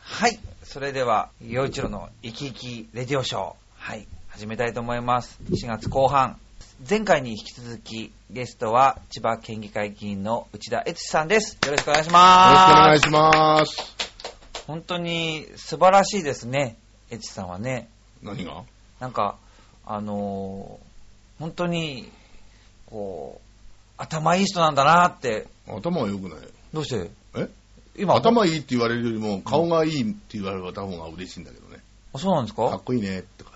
はい。それでは、洋一郎の生き生きレディオショー、はい、始めたいと思います。4月後半。前回に引き続き、ゲストは千葉県議会議員の内田悦司さんです。よろしくお願いしよまろす。しくお願いします。本当に素晴らしいですね、悦司さんはね。何がなんか、あのー本当に、こう、頭いい人なんだなって、頭は良くない。どうしてえ今、頭いいって言われるよりも、顔がいいって言われた方が嬉しいんだけどね。あそうなんですかかっこいいね、とか。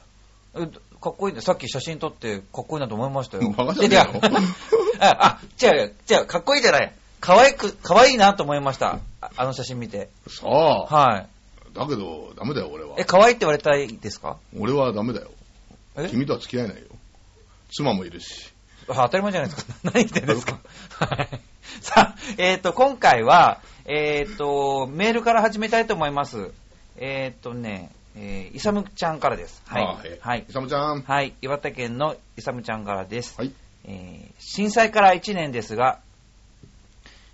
えかっこいいね。さっき写真撮ってかっこいいなと思いましたよ。バカじゃねえよいやいやあ、あ違う違う違う、かっこいいじゃない。かわいく、かわいいなと思いました。ああの写真見て。さあ、は。だけど、ダメだよ、俺はいえ、。かわいいって言われたいですか俺はダメだよ。え君とは付き合えないよ。妻もいるし。あ当たり前じゃないですか。 何言ってんですか。はい。さあ、えっ、と、今回は、えっ、と、メールから始めたいと思います。えっ、とね、えー、いさむちゃんからです。はい。ああえはいイ。サムちゃん。はい。岩手県のいさむちゃんからです。はい。えー震災から1年ですが、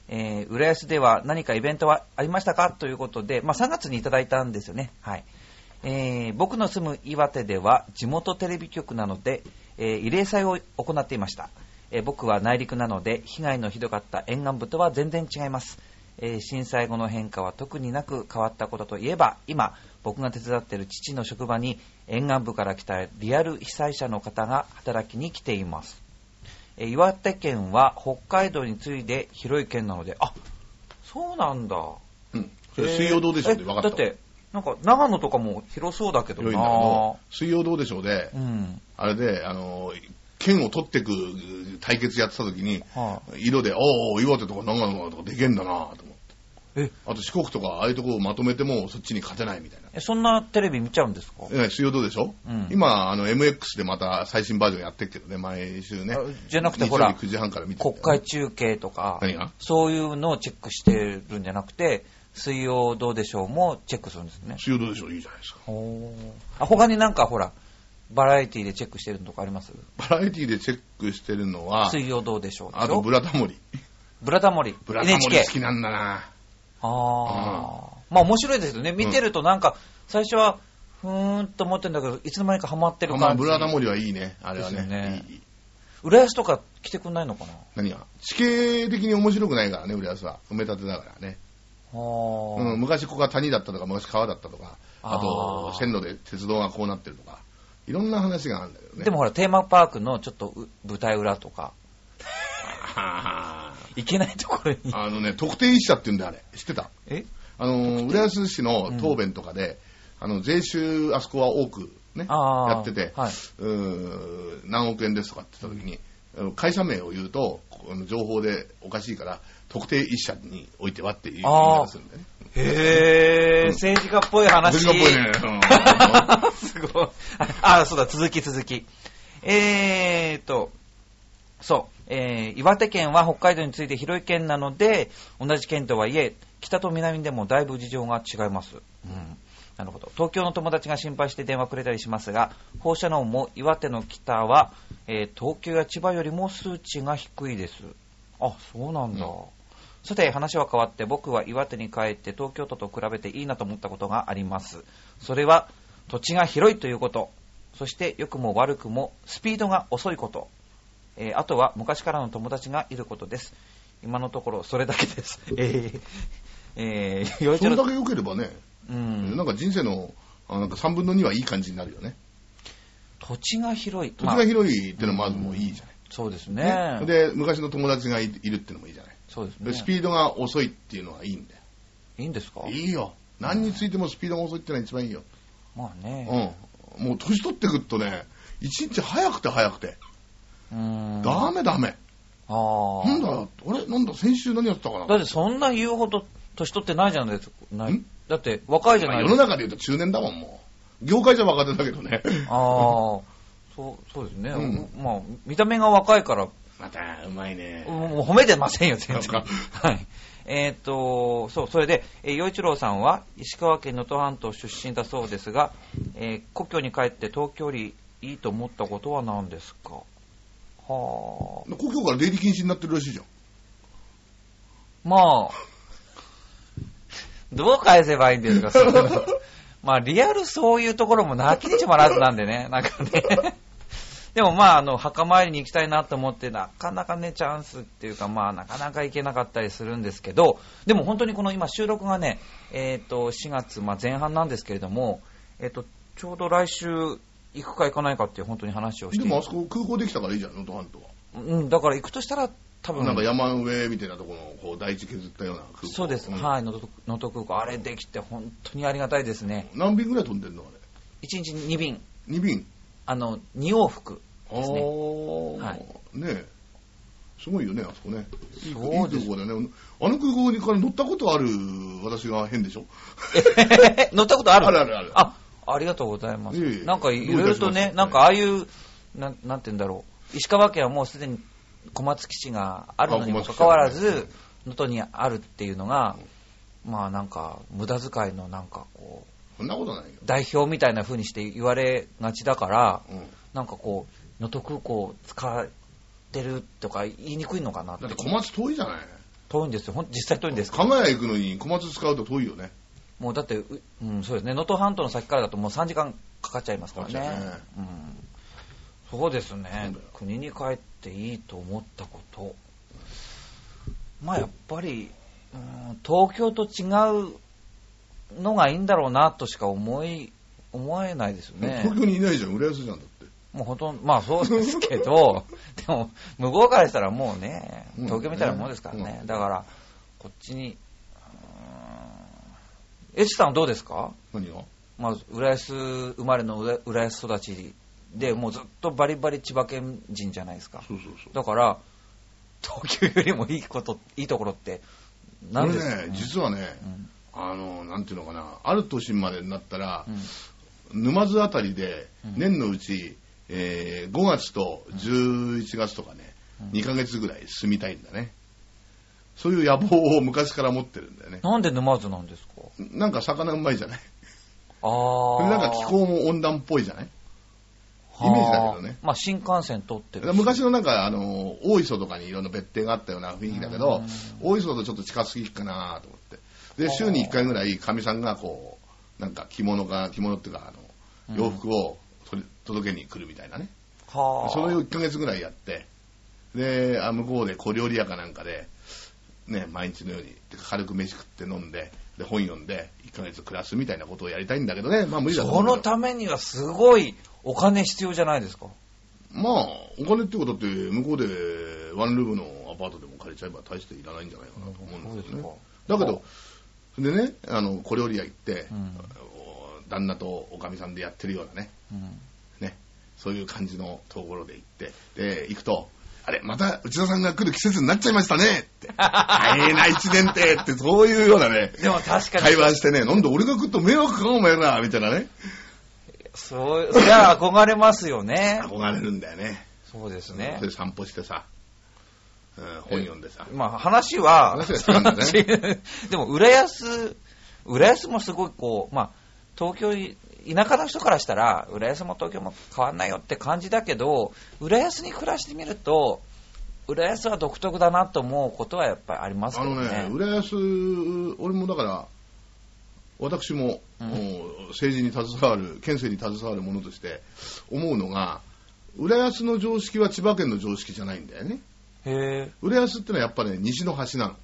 えー浦安では何かイベントはありましたかということで、まあ、3月にいただいたんですよね。はいえー僕の住む岩手では地元テレビ局なので、えー慰霊祭を行っていました、えー僕は内陸なので被害のひどかった沿岸部とは全然違います、えー震災後の変化は特になく変わったことといえば今僕が手伝っている父の職場に沿岸部から来たリアル被災者の方が働きに来ていますえー岩手県は北海道に次いで広い県なので、あそうなんだ。うん。それ水曜どうでしょうえで分かっただっ。て、なんか長野とかも広そうだけど良いんだけどな。、水曜どうでしょうでう、ん。あれで、あの、剣を取ってく対決やってた時に、は色で、おお、岩手とか長野とかでけんだなと思って。えあと四国とか、ああいうとこをまとめても、そっちに勝てないみたいな。えそんなテレビ見ちゃうんですかえ、水曜どうでしょ、うん今、あの、MX でまた最新バージョンやってるけどね、毎週ねあ。じゃなくて日曜日ほら9時半から見てる国んだ会よ中継とか、何がそういうのをチェックしてるんじゃなくて、水曜どうでしょうもチェックするんですね。水曜どうでしょういいじゃないですか。ほーあ他になんかほら、バラエティでチェックしてるのとかありますバラエティでチェックしてるのは、水曜どうでしょうでしょあと、ブラタモリ。ブラタモリ。ブラタモリ NHK 好きなんだなああ、まあ面白いですよね。見てるとなんか、最初は、ふーんと思ってんだけど、いつの間にかハマってるあまあ、感じ。ブラタモリはいいね。あれはね。ですよねいいいい浦安とか来てくんないのかなあ何が地形的に面白くないからね、浦安は。埋め立てだからね。ーうん、昔ここが谷だったとか、昔川だったとか、あとあー線路で鉄道がこうなってるとか、いろんな話があるんだけどね。で も、ほら、テーマパークのちょっとう舞台裏とか、あ行けないところに。のね、特定一社って言うんだよ、あれ。知ってたえあの、浦安市の答弁とかで、あの、税収、あそこは多くね、あーやってて、はいうーん何億円ですとかって言った時に、あの会社名を言うと、この情報でおかしいから、特定一社においてはっていう言い方するんだよね。へー、政治家っぽい話。政治家っぽい ねすごい。あ、そうだ、続き続き。えーと、そう、えー、岩手県は北海道について広い県なので、同じ県とはいえ、北と南でもだいぶ事情が違います。うん。なるほど。東京の友達が心配して電話くれたりしますが、放射能も岩手の北は、えー東京や千葉よりも数値が低いです。あ、そうなんだ。うんさて、話は変わって、僕は岩手に帰って東京都と比べていいなと思ったことがあります。それは、土地が広いということ。そして、良くも悪くも、スピードが遅いこと。えーあとは、昔からの友達がいることです。今のところ、それだけです。えー、えー、よいそちょれろだけ良ければね、うんな、んか人生の、あなんか3分の2はいい感じになるよね。土地が広い。土地が広いってのはまずもういいじゃまあそうですね。ない。ねで、昔の友達がいいるってのもいいじゃない。そうですでね。スピードが遅いっていうのはいいんだよ。いいんですかいいよ。何についてもスピードが遅いってのは一番いいよ。まあうん。ね。もう年取ってくるとね、一日早くて早くて。うん。ダメダメ。ああ。なんだよ、あれなんだ、先週何やってたかな。だってそんな言うほど年取ってないじゃないですか。ないんだって若いじゃまなあい世ですのか。中で言うと中年だもん、もう。業界じゃ若手だけどね。ああ。そう、そうですね。うまあ、見た目が若いから、 また、うまいね。もう褒めてませんよ、全そ然。うかはい。えーっと、そう、それで、えー、洋一郎さんは石川県能登半島出身だそうですが、えー故郷に帰って東京よりいいと思ったことは何ですかはあ。故郷から出入り禁止になってるらしいじゃん。まあ、どう返せばいいん ですか、そういうのまあ、リアルそういうところも泣きにしもらずなんでね、なんかね。でもまあ、あの、墓参りに行きたいなと思って、なかなかね、チャンスっていうか、まあ、なかなか行けなかったりするんですけど、でも本当にこの今、収録がね、えっ、と、4月、まあ、前半なんですけれども、えっ、と、ちょうど来週、行くか行かないかっていう本当に話をしでてもあそこ空港できたからいいじゃん、能登半島は。うん、だから行くとしたら、多分なんか山の上みたいなところのこう大地削ったような空港そうです、んはい、能登能登空港、あれできて、本当にありがたいですね、何便ぐらい飛んでんのあ1日2便、れ2便あの2往復、ああすねー、はいねえすごいよねあそこねいいいい空そうです港だよねあの空港にから乗ったことある私が変でしょ 乗ったことあるあるあるあるあありがとうございます、いえいえなんかいろいろとね、どういたしましてなんかああいう、なんなんて言うんだろう、石川県はもうすでに小松基地があるのにもあ小松基地かかわらず、は能登にあるっていうのが、まあなんか、無駄遣いのなんかこう、そんなことないよ、代表みたいな風にして言われがちだから。うん、なんかこう、能登空港を使ってるとか言いにくいのかなってだって小松遠いじゃない遠いんですよ、ほん実際遠いんですけ加ど、賀屋行くのに小松使うと遠いよねもうだって、ううん、そうですね、能登半島の先からだともう3時間かかっちゃいますからかかっちねゃうね。うんそうですそうねだよ、国に帰っていいと思ったこと、まあやっぱり、うん、東京と違うのがいいんだろうなとしか思い思えないですよね。東京にいないじゃん浦安じゃんだってもうほとんど、まあそうですけ ど、でも、向こうからしたらもうね、うん東京みたいなもんですからね。うんだから、こっちに、うーんエチさんはどうですか何がまあ、浦安生まれの浦浦安育ちで、もうずっとバリバリ千葉県人じゃないですか。そうそうそうだから、東京よりもいいこと、いいところって、何ですか、これね実はね、うんあのなんていうのかなある年までになったらう、ん沼津あたりでうん年のうち、えー5月と11月とかね、2ヶ月ぐらい住みたいんだねそういう野望を昔から持ってるんだよねなんで沼津なんですかなんか魚うまいじゃないああ。なんか気候も温暖っぽいじゃないイメージだけどねまあ新幹線通ってるし。昔のなんかあの大磯とかにいろんな別邸があったような雰囲気だけど大磯とちょっと近すぎるかなと思ってで週に1回ぐらいかみさんがこうなんか着物か着物っていうかあの洋服を取り届けに来るみたいなねはあ。それを1ヶ月ぐらいやって、で、あ向こうで小料理屋かなんかで、ね、毎日のように、てか軽く飯食って飲んで、で、本読んで、1ヶ月暮らすみたいなことをやりたいんだけどね、まあ無理だとそ思うのけど。ためにはすごいお金必要じゃないですか。まあ、お金ってことって、向こうでワンルームのアパートでも借りちゃえば大していらないんじゃないかなと思うんですよね。だけど、でね、あの、小料理屋行って、うん旦那とおかみさんでやってるようなね、うんね、そういう感じのところで行って、で、行くと、あれ、また内田さんが来る季節になっちゃいましたねって。大変な一年って、って、そういうようなね、でも確か会に、話してね、なんで俺が来ると迷惑かお前ら、みたいなね、そう、そりゃ憧れますよね。憧れるんだよね。そうですねそれ。で散歩してさ、うん、本読んでさ、まあ話は、話は違うんだね でも浦安、浦安もすごいこう、まあ東京い、田舎の人からしたら、浦安も東京も変わんないよって感じだけど、浦安に暮らしてみると、浦安は独特だなと思うことはやっぱりありますあけどのね、浦安、俺もだから、私も、うんもう政治に携わる、県政に携わるものとして思うのが、浦安の常識は千葉県の常識じゃないんだよね。へ浦安ってのはやっぱね、西の端なの。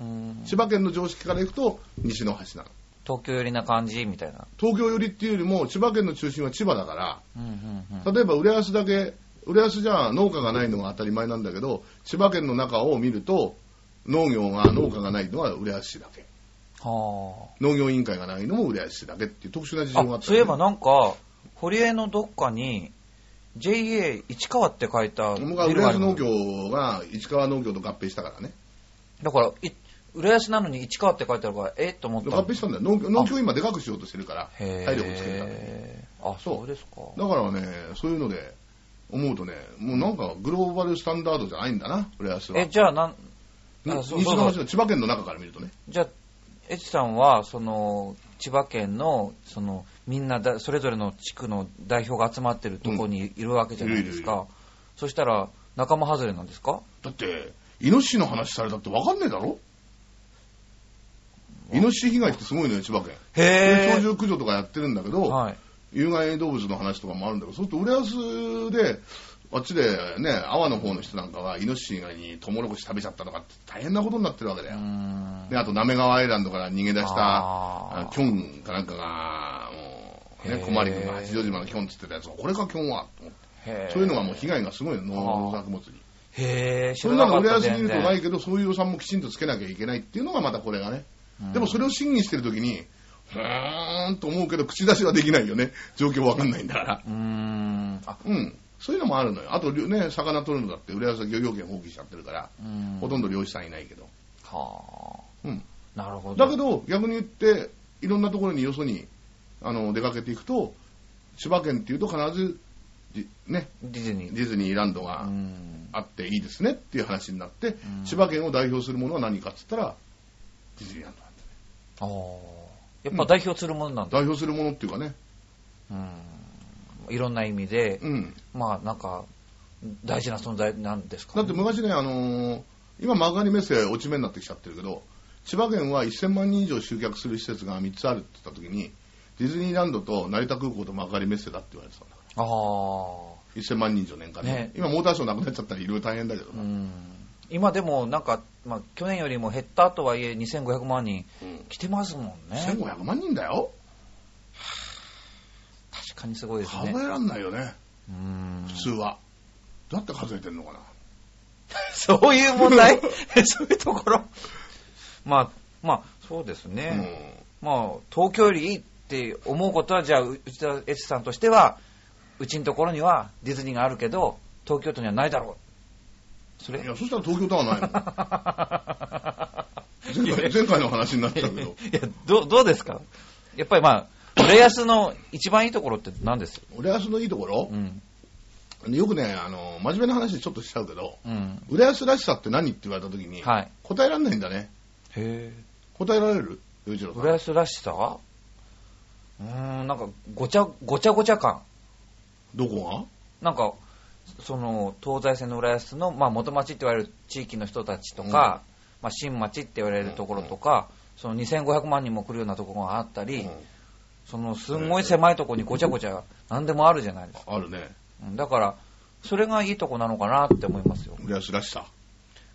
え、うん千葉県の常識から行くと、西の端なの。東京寄りな感じみたいな。東京寄りっていうよりも、千葉県の中心は千葉だかうんうんうら、ん例えば浦安だけ、浦安じゃ農家がないのが当たり前なんだけど、千葉県の中を見ると、農業が、農家がないのは浦安市だけ。は農業委員会がないのも浦安市だけっていう特殊な事情がああっ。た、そういえばなんか、堀江のどっかに、JA 市川って書いたビル僕がはある浦安農業が市川農業と合併したからね。だから、い浦安なのに市川って書いてあるから、えっと思っ合た。併したんだよ。農業農協今でかくしようとしてるから、へ体力つけるためにーあ、そうそうですか。だからね、そういうので思うとね、もうなんかグローバルスタンダードじゃないんだな、浦安は。え、じゃあ、なん、うんあそう西そうの端の千葉県の中から見るとね。じゃあ、エチさんは、その、千葉県の、その、みんなだ、それぞれの地区の代表が集まってるとこにいるわけじゃないですか。うんいそしたら、仲間外れなんですかだって、イノシシの話されたって分かんねえだろイノシシ被害ってすごいのよ、千葉県。でへ鳥ぇ獣駆除とかやってるんだけど、はい。有害動物の話とかもあるんだけど、そうすると浦安で、あっちでね、阿波の方の人なんかは、イノシシ以外にトウモロコシ食べちゃったとかって大変なことになってるわけだうよ。んで、あと、滑川アイランドから逃げ出した、あーあキョンかなんかが、もう、へね、ー小まり君が八丈島のキョンって言ってたやつが、これがキョンは、と思って。へーそういうのがもう被害がすごいの、農作物に。へぇ知そらんななかのった浦安にいるとない全けど、そういう予算もきちんとつけなきゃいけないっていうのがまたこれがね。然でもそれを審議してるときに、ふーんと思うけど、口出しはできないよね。状況わかんないんだから。うーん。あ、うん。そういうのもあるのよ。あと、りょね、魚取るのだって、浦安は漁業権放棄しちゃってるから、うーん。ほとんど漁師さんいないけど。はうん。ぁ。なるほど。だけど、逆に言って、いろんなところによそに、あの、出かけていくと、千葉県っていうと必ず、じね、ディズニー。ディズニーランドうがん。あっていいですねっていう話になって、ん千葉県を代表するものは何かって言ったら、ディズニーランドなんだねあーやっぱ代表するものなんだ。代表するものっていうかね、うん。いろんな意味で、うん。まあなんか、大事な存在なんですかだねって昔ね、あのー今、幕張メッセ落ち目になってきちゃってるけど、千葉県は1000万人以上集客する施設が3つあるって言った時に、ディズニーランドと成田空港と幕張メッセだって言われてたんだかああ。ら、1000万人以上年間ね。ね今、モーターショーなくなっちゃったらいろいろ大変だけどうな、ん今でもなんか、まあ、去年よりも減ったとはいえ2500万人うん来てますもんね1500万人だよ。確かにすごいです数ねえらんないよね、うん普通は。どうやって数えてんのかな。 そういう問題 そういうところまあまあそうですうんね、まあ東京よりいいって思うことはじゃあう内田エスさんとしてはうちのところにはディズニーがあるけど東京都にはないだろうそれ いや、そしたら東京タワーないの 前回い前回の話になってたけ ど、やどうどうですかやっぱりまあ浦安の一番いいところって何です俺はそのいいところう、んよくね、あのー真面目な話ちょっとしちゃうけど、うん浦安らしさって何って言われた時に、はい答えられないんだねへ答えられる洋一郎さん浦安らしさうーんなんかごちゃごちゃごちゃ感どこなんかその東西線の浦安の、まあ、元町って言われる地域の人たちとか、まあ、新町って言われるところとか、その2500万人も来るようなところがあったが、り、うんそのすんごい狭いところにごちゃごちゃ何でもあるじゃないですか、あるねうんだからそれがいいとこなのかなって思いますよ浦安らしさ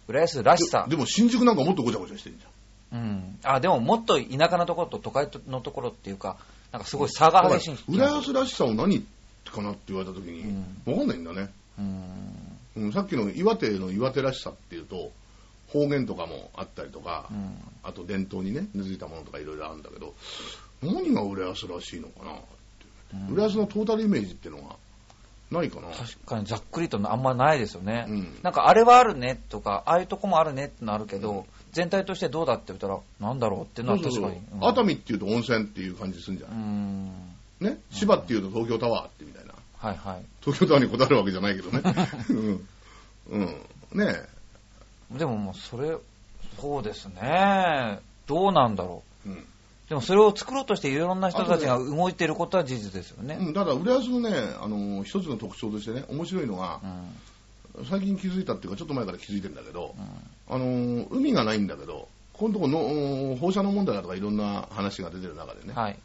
浦安らしさででも新宿なんかもっとごちゃごちゃしてるじゃんうん、あでももっと田舎のところと都会のところっていうか、なんかすごい差が激しいだから浦安らしさを何かなって言われた時に、うんわかんないんだね、うんうん、さっきの岩手の岩手らしさっていうと方言とかもあったりとか、うんあと伝統にね根付いたものとかいろいろあるんだけど何が浦安らしいのかな、うん浦安のトータルイメージっていうのがないかな確かにざっくりとあんまないですよね、うんなんかあれはあるねとか、ああいうとこもあるねってのあるけど、全体としてどうだって言ったら、なんだろうっていうのはそう確そうかそうに。熱海っていうと温泉っていう感じするんじゃうない、んね芝っていうと東京タワーってみたいなはいはい、東京タワーにこだわるわけじゃないけどね うん、うん、ねえでももうそれ、そうですね、どうなんだろうんう、でもそれを作ろうとしていろんな人たちが動いてることは事実ですよね。うん、ただ浦安のね、あの一つの特徴としてね面白いのがうん最近気づいたっていうかちょっと前から気づいてるんだけど、うんあの海がないんだけどこのとこの放射能問題だとかいろんな話が出てる中でね、はい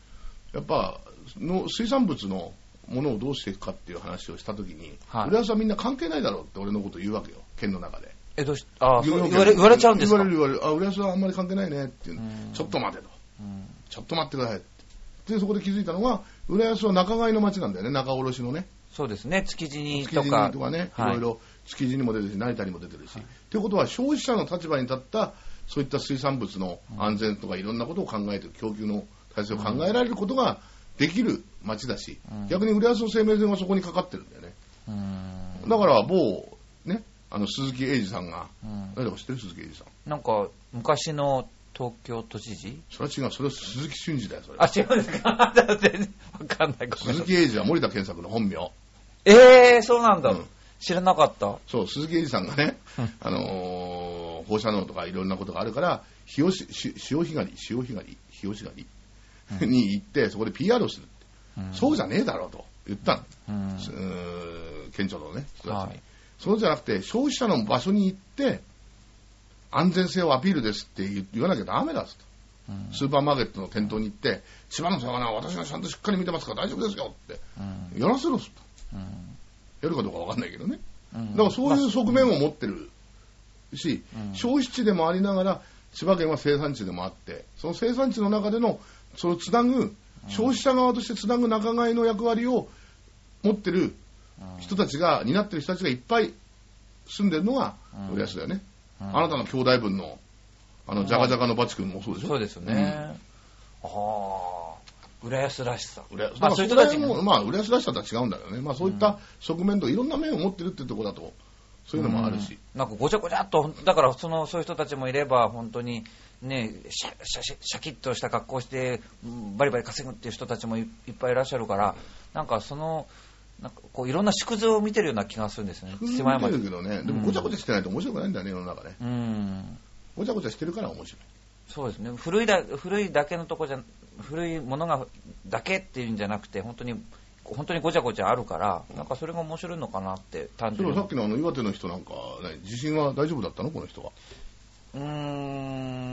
やっぱの水産物のものをどうしていくかっていう話をした時に、はい浦安はみんな関係ないだろうって俺のこと言うわけよ県の中でえどうしあそう言われ言われちゃうんですか言われる言われるあ浦安はあんまり関係ないねっていうのうんちょっと待てとうんちょっと待ってくださいってでそこで気づいたのは浦安は中買いの町なんだよね中卸のねそうですね築地に築と地かにとかね、はいい、ろいろ築地にも出てるし成田にも出てるし、ということは消費者の立場に立ったそういった水産物の安全とかいろんなことを考えて供給の体制を考えられることができる町だし、うん逆に浦安の生命線はそこにかかってるんだよねうーんだから某ねあの鈴木英二さんがうん誰だか知ってる鈴木英二さんなんか昔の東京都知事それは違うそれは鈴木俊二だよそれあ違うんですか 全然わかんないごめん鈴なさい木英二は森田健作の本名えー、そうなんだ、うん知らなかったそう、鈴木英二さんがねうん、あのー放射能とかいろんなことがあるから、潮しし潮干狩り、潮干狩り、潮干狩りに行って、そこで PR をするって、そうじゃねえだろうと言ったの、うんすうーん県庁のね、人たちにはいそうじゃなくて、消費者の場所に行って、安全性をアピールですって言言わなきゃダメだっつってうんスーパーマーケットの店頭に行って、千葉の魚は私がちゃんとしっかり見てますから大丈夫ですよって、うんやらせろっすとうんやるかどうかわかんないけどね。うんだからそういう側面を持ってるし、うん消費地でもありながら、千葉県は生産地でもあって、その生産地の中での、そのつなぐ、消費者側としてつなぐ仲買の役割を持ってるうん人たちが、担ってる人たちがいっぱい住んでるのがうん浦安だよね。うんあなたの兄弟分の、あの、じゃがじゃがのバチ君もそうでしょ。そうですよね。ああ、浦安らしさ。浦安まだあ、からそういうそ人たれちも、も。まあ、浦安らしさとは違うんだけどね。まあ、そういった側面といろんな面を持ってるってところだと、そういうのもあるうし。んなんかごちゃごちゃっと、だからそのそういう人たちもいれば、本当にね、シャシャシャシャキッとした格好して、うんバリバリ稼ぐっていう人たちもいいっぱいいらっしゃるから、なんかその、なんかこういろんな縮図を見てるような気がするんですね、工夫狭い見て町る。けどね、でもごちゃごちゃしてないと面白くないんだよね、世の中ね。うん、ごちゃごちゃしてるから面白い。そうですね古いだ、古いだけのとこじゃ、古いものがだけっていうんじゃなくて、本当に、本当にごちゃごちゃあるから、なんかそれが面白いのかなって、単そ純れにはさっきのあの岩手の人なんか、ね、地震は大丈夫だったのこの人は。うー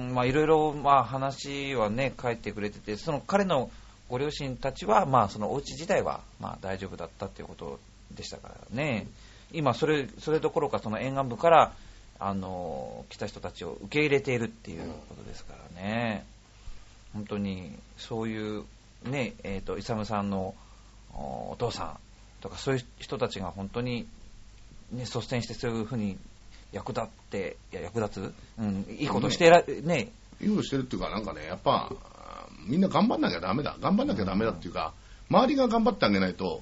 ん、まあいろいろ、まあ話はね、書いてくれてて、その彼のご両親たちは、まあそのお家自体は、まあ大丈夫だったっていうことでしたからね。今、それ、それどころか、その沿岸部から、あの、来た人たちを受け入れているっていうことですからね。本当に、そういう、ね、えっ、と、イサムさんのおお父さんとか、そういう人たちが本当に、ね、率先してそういうふうに役立って、いや、役立つ、うん、いいことしてら、ね、いいことしてるっていうか、なんかね、やっぱ、あーみんな頑張んなきゃダメだ。頑張んなきゃダメだっていうか、周りが頑張ってあげないと、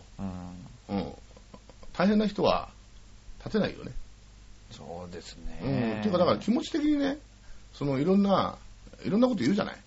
うん、うん、大変な人は立てないよね。そうですうんね。っていうか、だから気持ち的にね、そのいろんな、いろんなこと言うじゃない。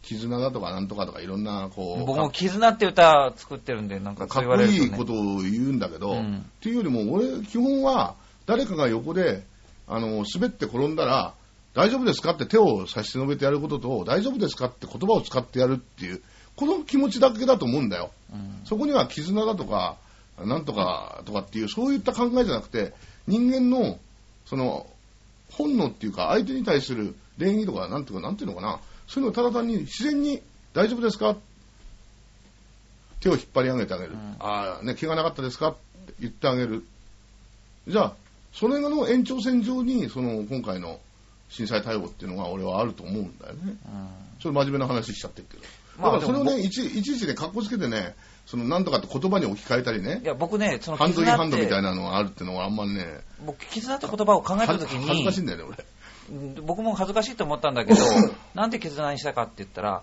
絆だとかなんとかとかいろんな、こう。僕も絆って歌作ってるんで、なんかそかうっ言わこれるいいねことを言うんだけど、うんっていうよりも俺基本は誰かが横であの滑って転んだら大丈夫ですかって手を差し伸べてやることと大丈夫ですかって言葉を使ってやるっていうこの気持ちだけだと思うんだようんそこには絆だとかなんとかとかっていうそういった考えじゃなくて人間のその本能っていうか相手に対する礼儀とかなんていうかなんていうのかなそういうのをただ単に自然に大丈夫ですか手を引っ張り上げてあげる、うんああね怪我なかったですかって言ってあげるじゃあそれの延長線上にその今回の震災対応っていうのが俺はあると思うんだよねうんちょっと真面目な話しちゃってるけど、まあだからそれをでねいちいちいちねかっこつけてねそのなんとかって言葉に置き換えたりねいや、僕ね、そのハンドインハ絆ンっドみたいて、なのがあるっていうのはあんまりね僕、絆って言葉を考えはたとずきに、恥ずかしいんだよね俺うん僕も恥ずかしいと思ったんだけど、なんで絆にしたかって言ったら、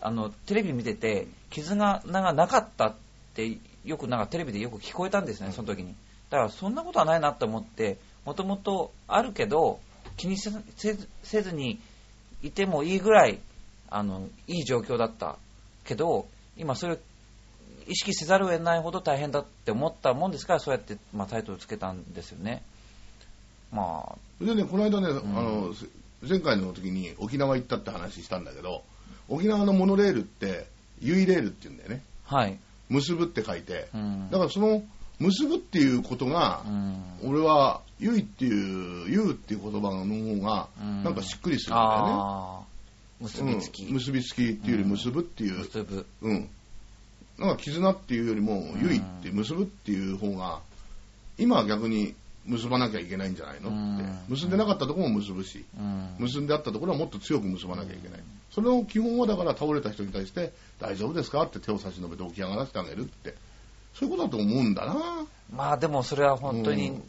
あのテレビ見てて、絆がなかったって、よくなんかテレビでよく聞こえたんですね、その時に。だから、そんなことはないなと思って、もともとあるけど、気にせずせずせずにいてもいいぐらいあの、いい状況だったけど、今、それを意識せざるを得ないほど大変だって思ったもんですから、そうやって、まあ、タイトルつけたんですよね。まそれでね、この間んね、あのせ前回の時に沖縄行ったって話したんだけど、沖縄のモノレールって、ユイレールって言うんだよね、あ、はい。結ぶって書いてう、んだからその結ぶっていうことがう、ん俺はユイっていう、ユウっていう言葉の方が、うんなんかしっくりするんだよね。あー結びつき、うん、結びつきっていうより結ぶっていう、結ぶうんなんか絆っていうよりもん結いって結ぶっていう方が今は逆に結ばなきゃいけないんじゃないのってうん結んでなかったところも結ぶしうん結んであったところはもっと強く結ばなきゃいけないそれの基本はだから倒れた人に対して大丈夫ですかって手を差し伸べて起き上がらせてあげるってそういうことだと思うんだなまあでもそれは本当に、うん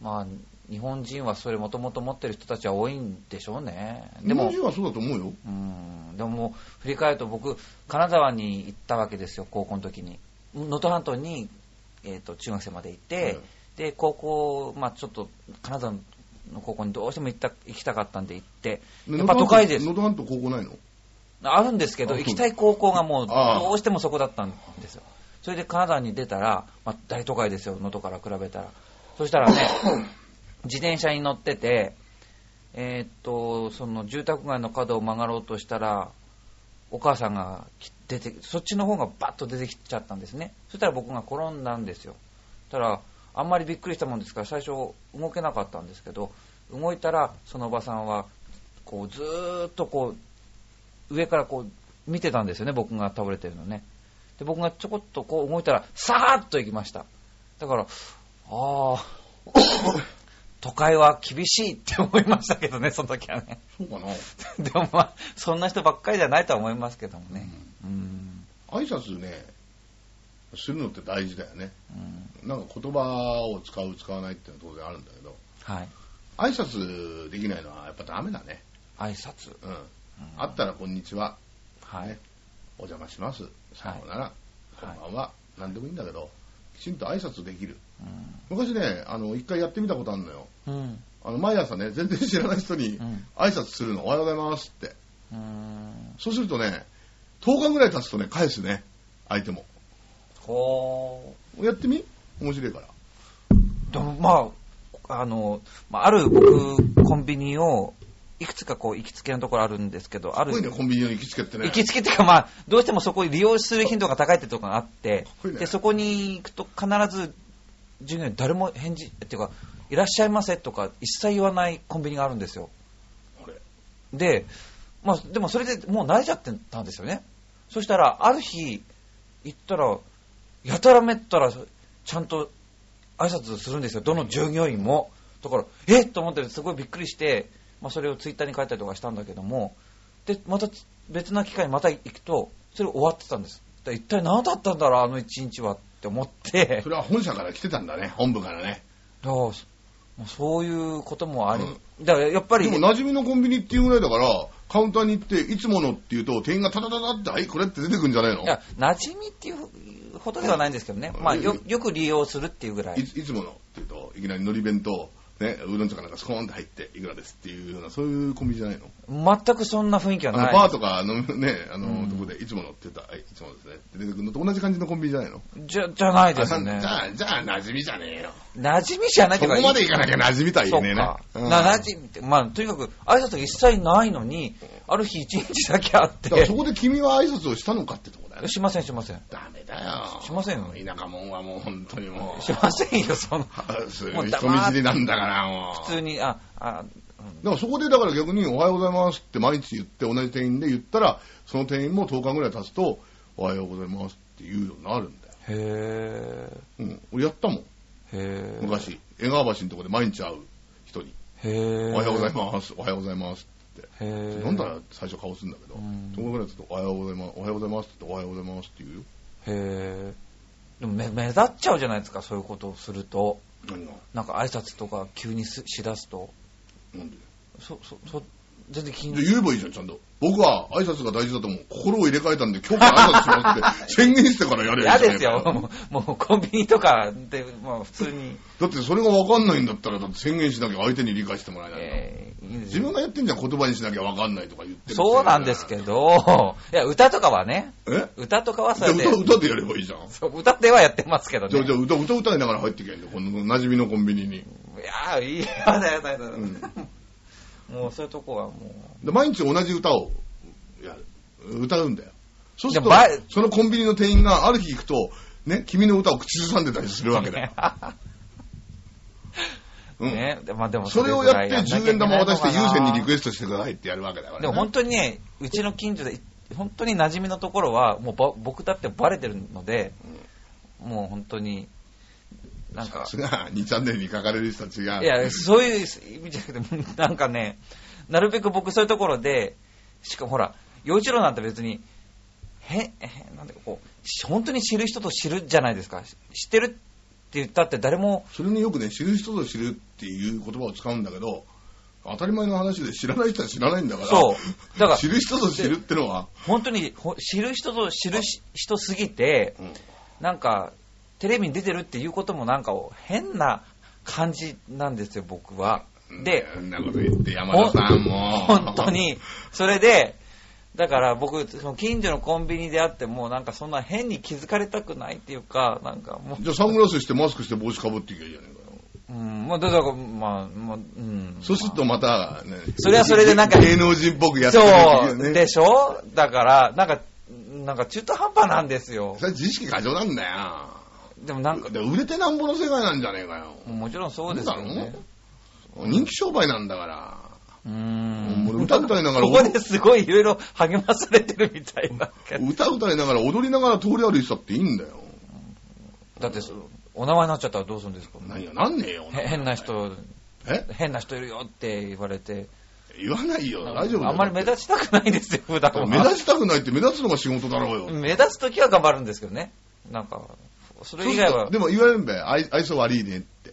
まあ日本人はそれもともと持ってる人たちは多いんでしょうね日で本も人はそうだと思うようんでももう振り返ると僕金沢に行ったわけですよ高校の時に能登半島に、えー、と中学生まで行って、うんで高校、まあ、ちょっと金沢の高校にどうしても行った行きたかったんで行ってねやっぱ都会です能登半島能登半島高校ないの あるんですけど、あそう行きたい高校がもう、ああどうしてもそこだったんですよ。それでカナダに出たら、まあ、大都会ですよ、能登から比べたら。そした らね、自転車に乗ってて、えーっと、その住宅街の角を曲がろうとしたら、お母さんがき出て、そっちの方がバッと出てきちゃったんですね。そしたら僕が転んだんですよ。そしたら、あんまりびっくりしたもんですから、最初動けなかったんですけど、動いたら、そのおばさんは、こう、ずーっとこう、上からこう見てたんですよね、僕が倒れてるのね。で、僕がちょこっとこう動いたら、さーっと行きました。だから、ああ、都会は厳しいって思いましたけどね、その時はね。 そうかな。でもまあ、そんな人ばっかりじゃないとは思いますけどもね。うん。挨拶ね、するのって大事だよね。うん。なんか言葉を使う、使わないっていうのは当然あるんだけど、はい。挨拶できないのはやっぱダメだね。挨拶。うん。うんあったらこんにちは、はいね。お邪魔します、さようなら、こんばんは、なんでもいいんだけど、きちんと挨拶できる。昔ね、あの、一回やってみたことあるのよ。うん。うん。あの、毎朝ね、全然知らない人にうん挨拶するの、おはようございますって。うん。そうするとね、10日ぐらい経つとね、返すね、相手も。こやってみ面白いから。う。でもまあ、あの、まあある僕、コンビニを、いくつかこう、行きつけのところあるんですけど、あかるっこいいね、コンビニの行きつけってね。行きつけっていうか、まあ、どうしてもそこに利用する頻度が高いってとこがあってっこいい、ねでそこに行くと必ず従業員誰も返事っていうかいらっしゃいませとか一切言わないコンビニがあるんですよ。これで、まあ、でもそれでもう慣れちゃってたんですよね。そしたら、ある日、行ったら、やたらめったら、ちゃんと挨拶するんですよ。どの従業員も。だから、えっと思って、すごいびっくりして、まあ、それをツイッターに書いたりとかしたんだけども、で、また別な機会にまた行くと、それ終わってたんです。だから一体何だったんだろう、あの一日はって思って そ、れは本社から来てたんだね、本部からね。だからもうそういうこともあり、うだからやっぱり、でも、馴染みのコンビニっていうぐらいだから、カウンターに行って、いつものっていうと、店員がタタタタって、はい、これって出てくるんじゃないのいや、馴染みっていうほどではないんですけどね、まあ、よよく利用するっていうぐらいい、ついつものっていうと、いきなり海苔弁と、ね、うどんとかなんかスコーンって入って、いくらですっていうような、そういうコンビニじゃないの全くそんな雰囲気はあのないバーとかのね、あうの、んとこで、いつものって言ったら、はい、いつもですね。って出てくるのと同じ感じのコンビニじゃないのじゃじゃないあですさんじね、ゃあ、じゃあ、馴染みじゃねえよ。馴染みじゃないそとこいうか、まで行かなきゃ馴染みとはそ言うえねえかな。、うんな馴染みって、まあ、とにかく挨拶が一切ないのに、ある日、一日だけあっだからてそ、こで君は挨拶をしたのかってとこだよね。しません、しません、ダメだよ。しませんよ田舎者はもう本当にもう。しませんよ、そのすもごうい黙人っ見知りなんだからもう。普通に、ああだからそこでだから逆におはようございますって毎日言って同じ店員で言ったら、その店員も10日ぐらい経つと、おはようございますって言うようになるんだよ。へえ、うん。俺やったもん、へえ、昔。江川橋のとこで毎日会う人に、へえ、おはようございます、おはようございますって。へえ、なんだら最初顔するんだけど、うん10日ぐらい経つと、おはようございます、おはようございますって言って、おはようございますって言うよ。へえ、でも目目立っちゃうじゃないですか、そういうことをすると。何がなんか挨拶とか急にすしだすと、なんでそ、そ、そ、全然気でに言えばいいじゃん、ちゃんと。僕は挨拶が大事だと思う。心を入れ替えたんで、今日から挨拶します って宣言してからやれ嫌ですよ、だもう、もうコンビニとかで、まあ普通に、ってそれが分かんないんだったら、だって宣言しなきゃ相手に理解してもらえないんだもん、えーいいんです自分よ。がやってんじゃん言葉にしなきゃ分かんないとか言ってるそうなんですけ。ど、 いや、歌とかはね、えじゃ歌とかはそあれで歌、、歌でやればいいじゃん。そう歌ってはやってますけどじゃね。あ、じゃあ歌、歌歌いながら入ってきゃいいんだよ。この馴染みのコンビニに。いやー、いい、やだやだやだ。んもうそういうとこはもう、で毎日同じ歌をやる歌うんだよ。そうするといやば、そのコンビニの店員がある日行くと、ね、君の歌を口ずさんでたりするわけだよ。うん。ね、まあ でもそれをやって10円玉を渡して優先にリクエストしてくださいってやるわけだから、ね。でも本当にね、うちの近所で、本当に馴染みのところは、もうば僕だってバレてるので、もう本当に、なんかさ、す が2チャンネルに書かれる人たちが。いや、そういう意味じゃなくて、もうなんかね、なるべく僕そういうところで、しかもほら、洋一郎なんて別に、へ、へ、なんだかこう、し本当に知る人と知るじゃないですか。知ってるって言ったって誰も、それによくね、知る人ぞ知るっていう言葉を使うんだけど、当たり前の話で知らない人は知らないんだから、そう だから知る人ぞ知るってのは、本当にほ知る人と知るし人すぎて、うんなんか、テレビに出てるっていうこともなんかを変な感じなんですよ、僕は。で、そんなこと言って山田さんも。本当。に、それで、だから僕、その近所のコンビニであっても、なんかそんな変に気づかれたくないっていうか、なんかもじゃあサングラスしてマスクして帽子かぶっていけばいいじゃないかよ。う、うん、まあ、だから、まあ、まあ、うん。そうするとまたね、それはそれでなんか芸能人っぽくやってくれそ、るっていううねで。しょだから、なんか、なんか中途半端なんですよそ。れは自意識過剰なんだでもなんかよ。、で売れてなんぼの世界なんじゃねえかよ。もちろんそうですよなんだねろ。う人気商売なんだから。うーん本物歌歌いながらここですごいいろいろ励まされてるみたいな。 歌歌いながら踊りながら通り歩いてたっていいんだよ。だって、お名前になっちゃったらどうするんですかなんや、なんねえよ。へ変な。人、え変な人いるよって言われて。言わないよ。大丈夫だよあんまり目立ちたくないんですよ、普段は。目立ちたくないって目立つのが仕事だろうよ。目立つときは頑張るんですけどね。なんか、それ以外はで。も言われるんだよ愛愛想悪いねって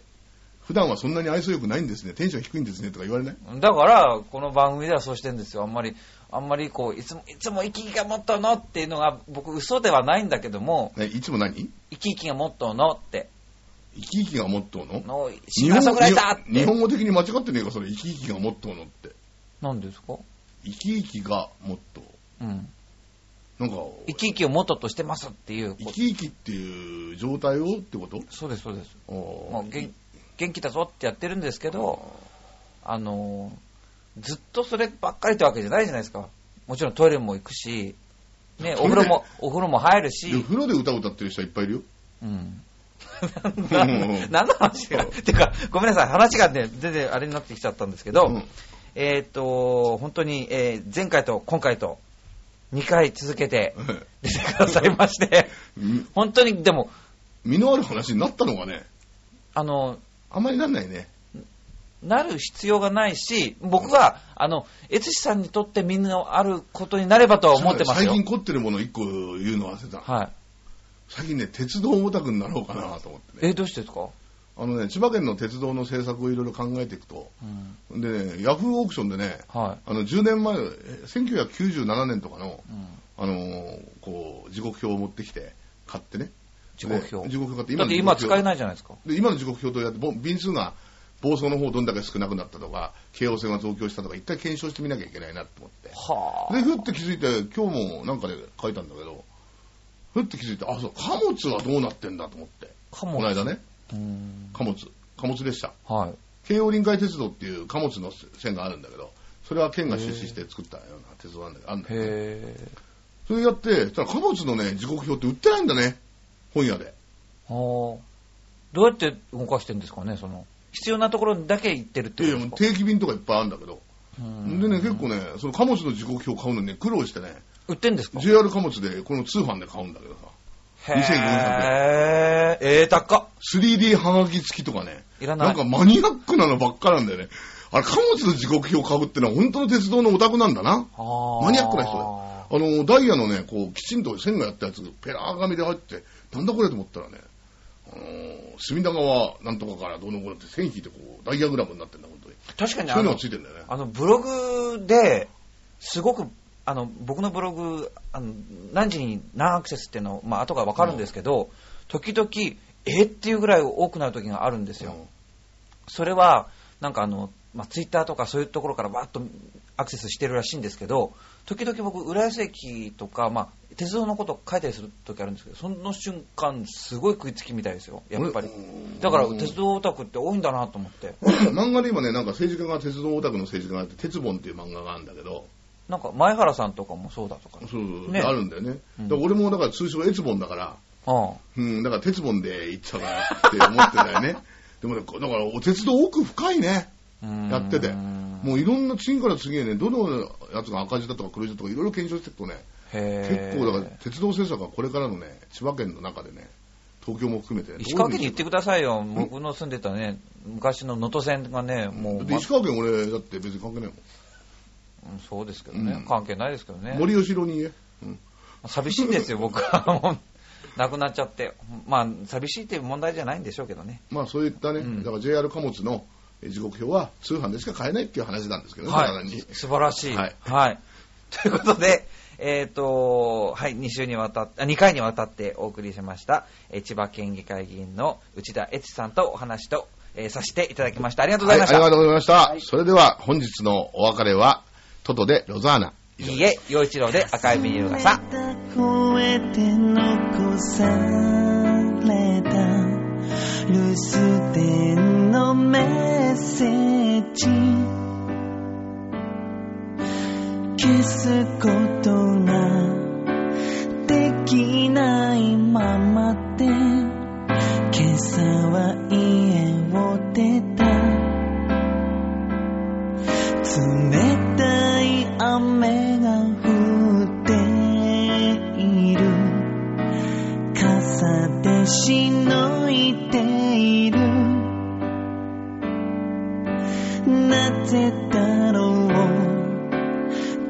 普段はそんなに愛想良くないんですねテンション低いんですねとか言われないだから、この番組ではそうしてるんですよ。あんまり、あんまりこう、いつも、いつも生き生きがもっとのっていうのが、僕嘘ではないんだけども、ねいつも何生き生きがもっとのって、生き生きがモットーのの、死なさぐらいだっ日本日て。本語的に間違ってねえかそれ生き生きがモットーのって何ですか生き生きがモットーうん。なんか生き生きを元としてますっていうこ生と。き生きっていう状態をってことそうです、そうです。まああ、元元気だぞってやってるんですけけど、あのーずっとそればっかりってわけじゃないじゃないですか。もちろんトイレも行くし、ね、トイおレ風呂も、お風呂も入るでし、風呂で歌歌ってる人はいっぱいいるようん。うなんうんんの話が、てか、ごめんなさい、話がね、全然あれになってきちゃったんですけど、うん えーっ、と、本当に、えー前回と今回と、2回続けてえ出てくださいまして、えみ本当に、でも、身のある話になったのがねあの、あんまりなんないねなる必要がないし、僕は、あの、えつしさんにとってみんなあることになればとは思ってますよ最。近凝ってるもの一個言うの忘れたはい。最近ね鉄道オタクになろうかなと思ってねえ、どうしてですか、あのね、千葉県の鉄道の政策をいろいろ考えていくと、うん、でね、ヤフーオークションでね、はあの10年前、え1997年とかの、い。うんあのーこう、時刻表を持ってきて、買ってね。時刻で表。時刻表買って、だって今使えい。ないじゃないですか。で、今の時刻表とやって、ぼ便数が、暴走の方どんだけ少なくなったとか、京王線が増強したとか、一回検証してみなきゃいけないなと思って。はで、ふって気づいて、今日もなんかで書いたんだけど、ふって気づいて、あ、そう、貨物はどうなってんだと思って。あ。かこもの。間ね、うん。貨物、貨物列車。はい。京王臨海鉄道っていう貨物の線があるんだけど、それは県が出資して作ったような鉄道なんだけど、あるんだけど、へえ。それやって、そしたら貨物のね、時刻表って売ってないんだね、本屋で。はあ。どうやって動かしてるんですかね、その。必要なところにだけ行ってるっていことやですいやもうか定期便とかいっぱいあるんだけど、うんでね、結構ね、その貨物の時刻表買うのにね、苦労してね、売ってんですか JR 貨物でこの通販で買うんだけどさ、へえ。えー、高っ。 3D はがき付きとかね、いらない。なんかマニアックなのばっかなんだよね。あれ、貨物の時刻表買うってのは本当の鉄道のオタクなんだな。ママニアックな人だよ。あの、ダイヤのね、こう、きちんと線がやったやつ、ペラー紙で入って、なんだこれと思ったらね、あのー隅田川なんとかからどうのこうのって線引いてこう、ダイヤグラムになってんだ、本当に。確かにそういあうののがついてんだよね。あのブログですごくあの僕のブログあの何時に何アクセスっていうのまあ後が分かるんですけど、時々えっていうぐらい多くなる時があるんですよ、それはなんかあの、まあ、ツイッターとかそういうところからわーっとアクセスしてるらしいんですけど時々僕浦安駅とか、まあ、鉄道のこと書いたりする時あるんですけどその瞬間すごい食いつきみたいですよやっぱりうんだからうん鉄道オタクって多いんだなと思って漫画で今ね、なんか政治家が鉄道オタクの政治家があって、鉄本っていう漫画があるんだけど、なんか前原さんとかもそうだとかそうそうそうねあるんだよね。うんだから俺もだから通称エツボンだから、あうん、だから鉄本で行ったなって思ってたよね。 でもね、だからお鉄道奥深いね。あうんやってて、もういろんな次から次へね、どのやつが赤字だとか黒字だとかいろいろ検証していくとね、へー結構だから鉄道政策はこれからのね、千葉県の中でね、東京も含めて、石川県に行ってくくださいよ、僕の住んでたね、昔の能登線がね、もう、ま石川県俺だって別に関係ないもん。うんそうですけどね、うん関係ないですけどね、森吉郎に言え。うん寂しいんですよ、僕は、 もう亡くなっちゃって、まあ、寂しいっていう問題じゃないんでしょうけどね、まあそういったね、うんだから JR 貨物のえ時刻表は通販でしか買えないっていう話なんですけどね、は体いに、素晴らしい。ははいい、 ということで、えっ、と、はい、2週にわたって、あ2回にわたってお送りしました、えー千葉県議会議員の内田悦さんとお話と、えーさせていただきました。ありがとうごはざいい、あました。りがとうございました。はいそれでは本日のお別れは、トトでロザーナ。以上いいえ、陽一郎で赤いビニール傘。声で残された留守電のメッセージ消すことができないままで今朝は家を出た冷たいさでしのいているなぜだろう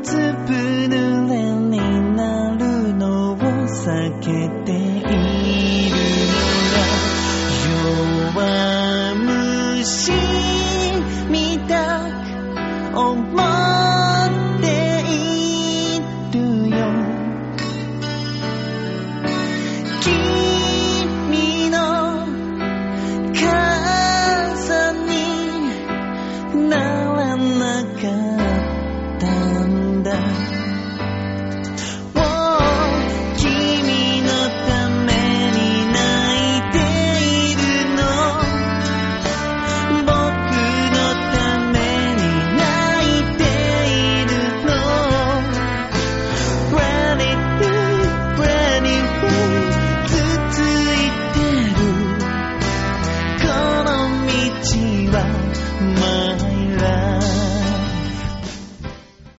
つぶ濡れになるのを避けているのが弱虫見たい思い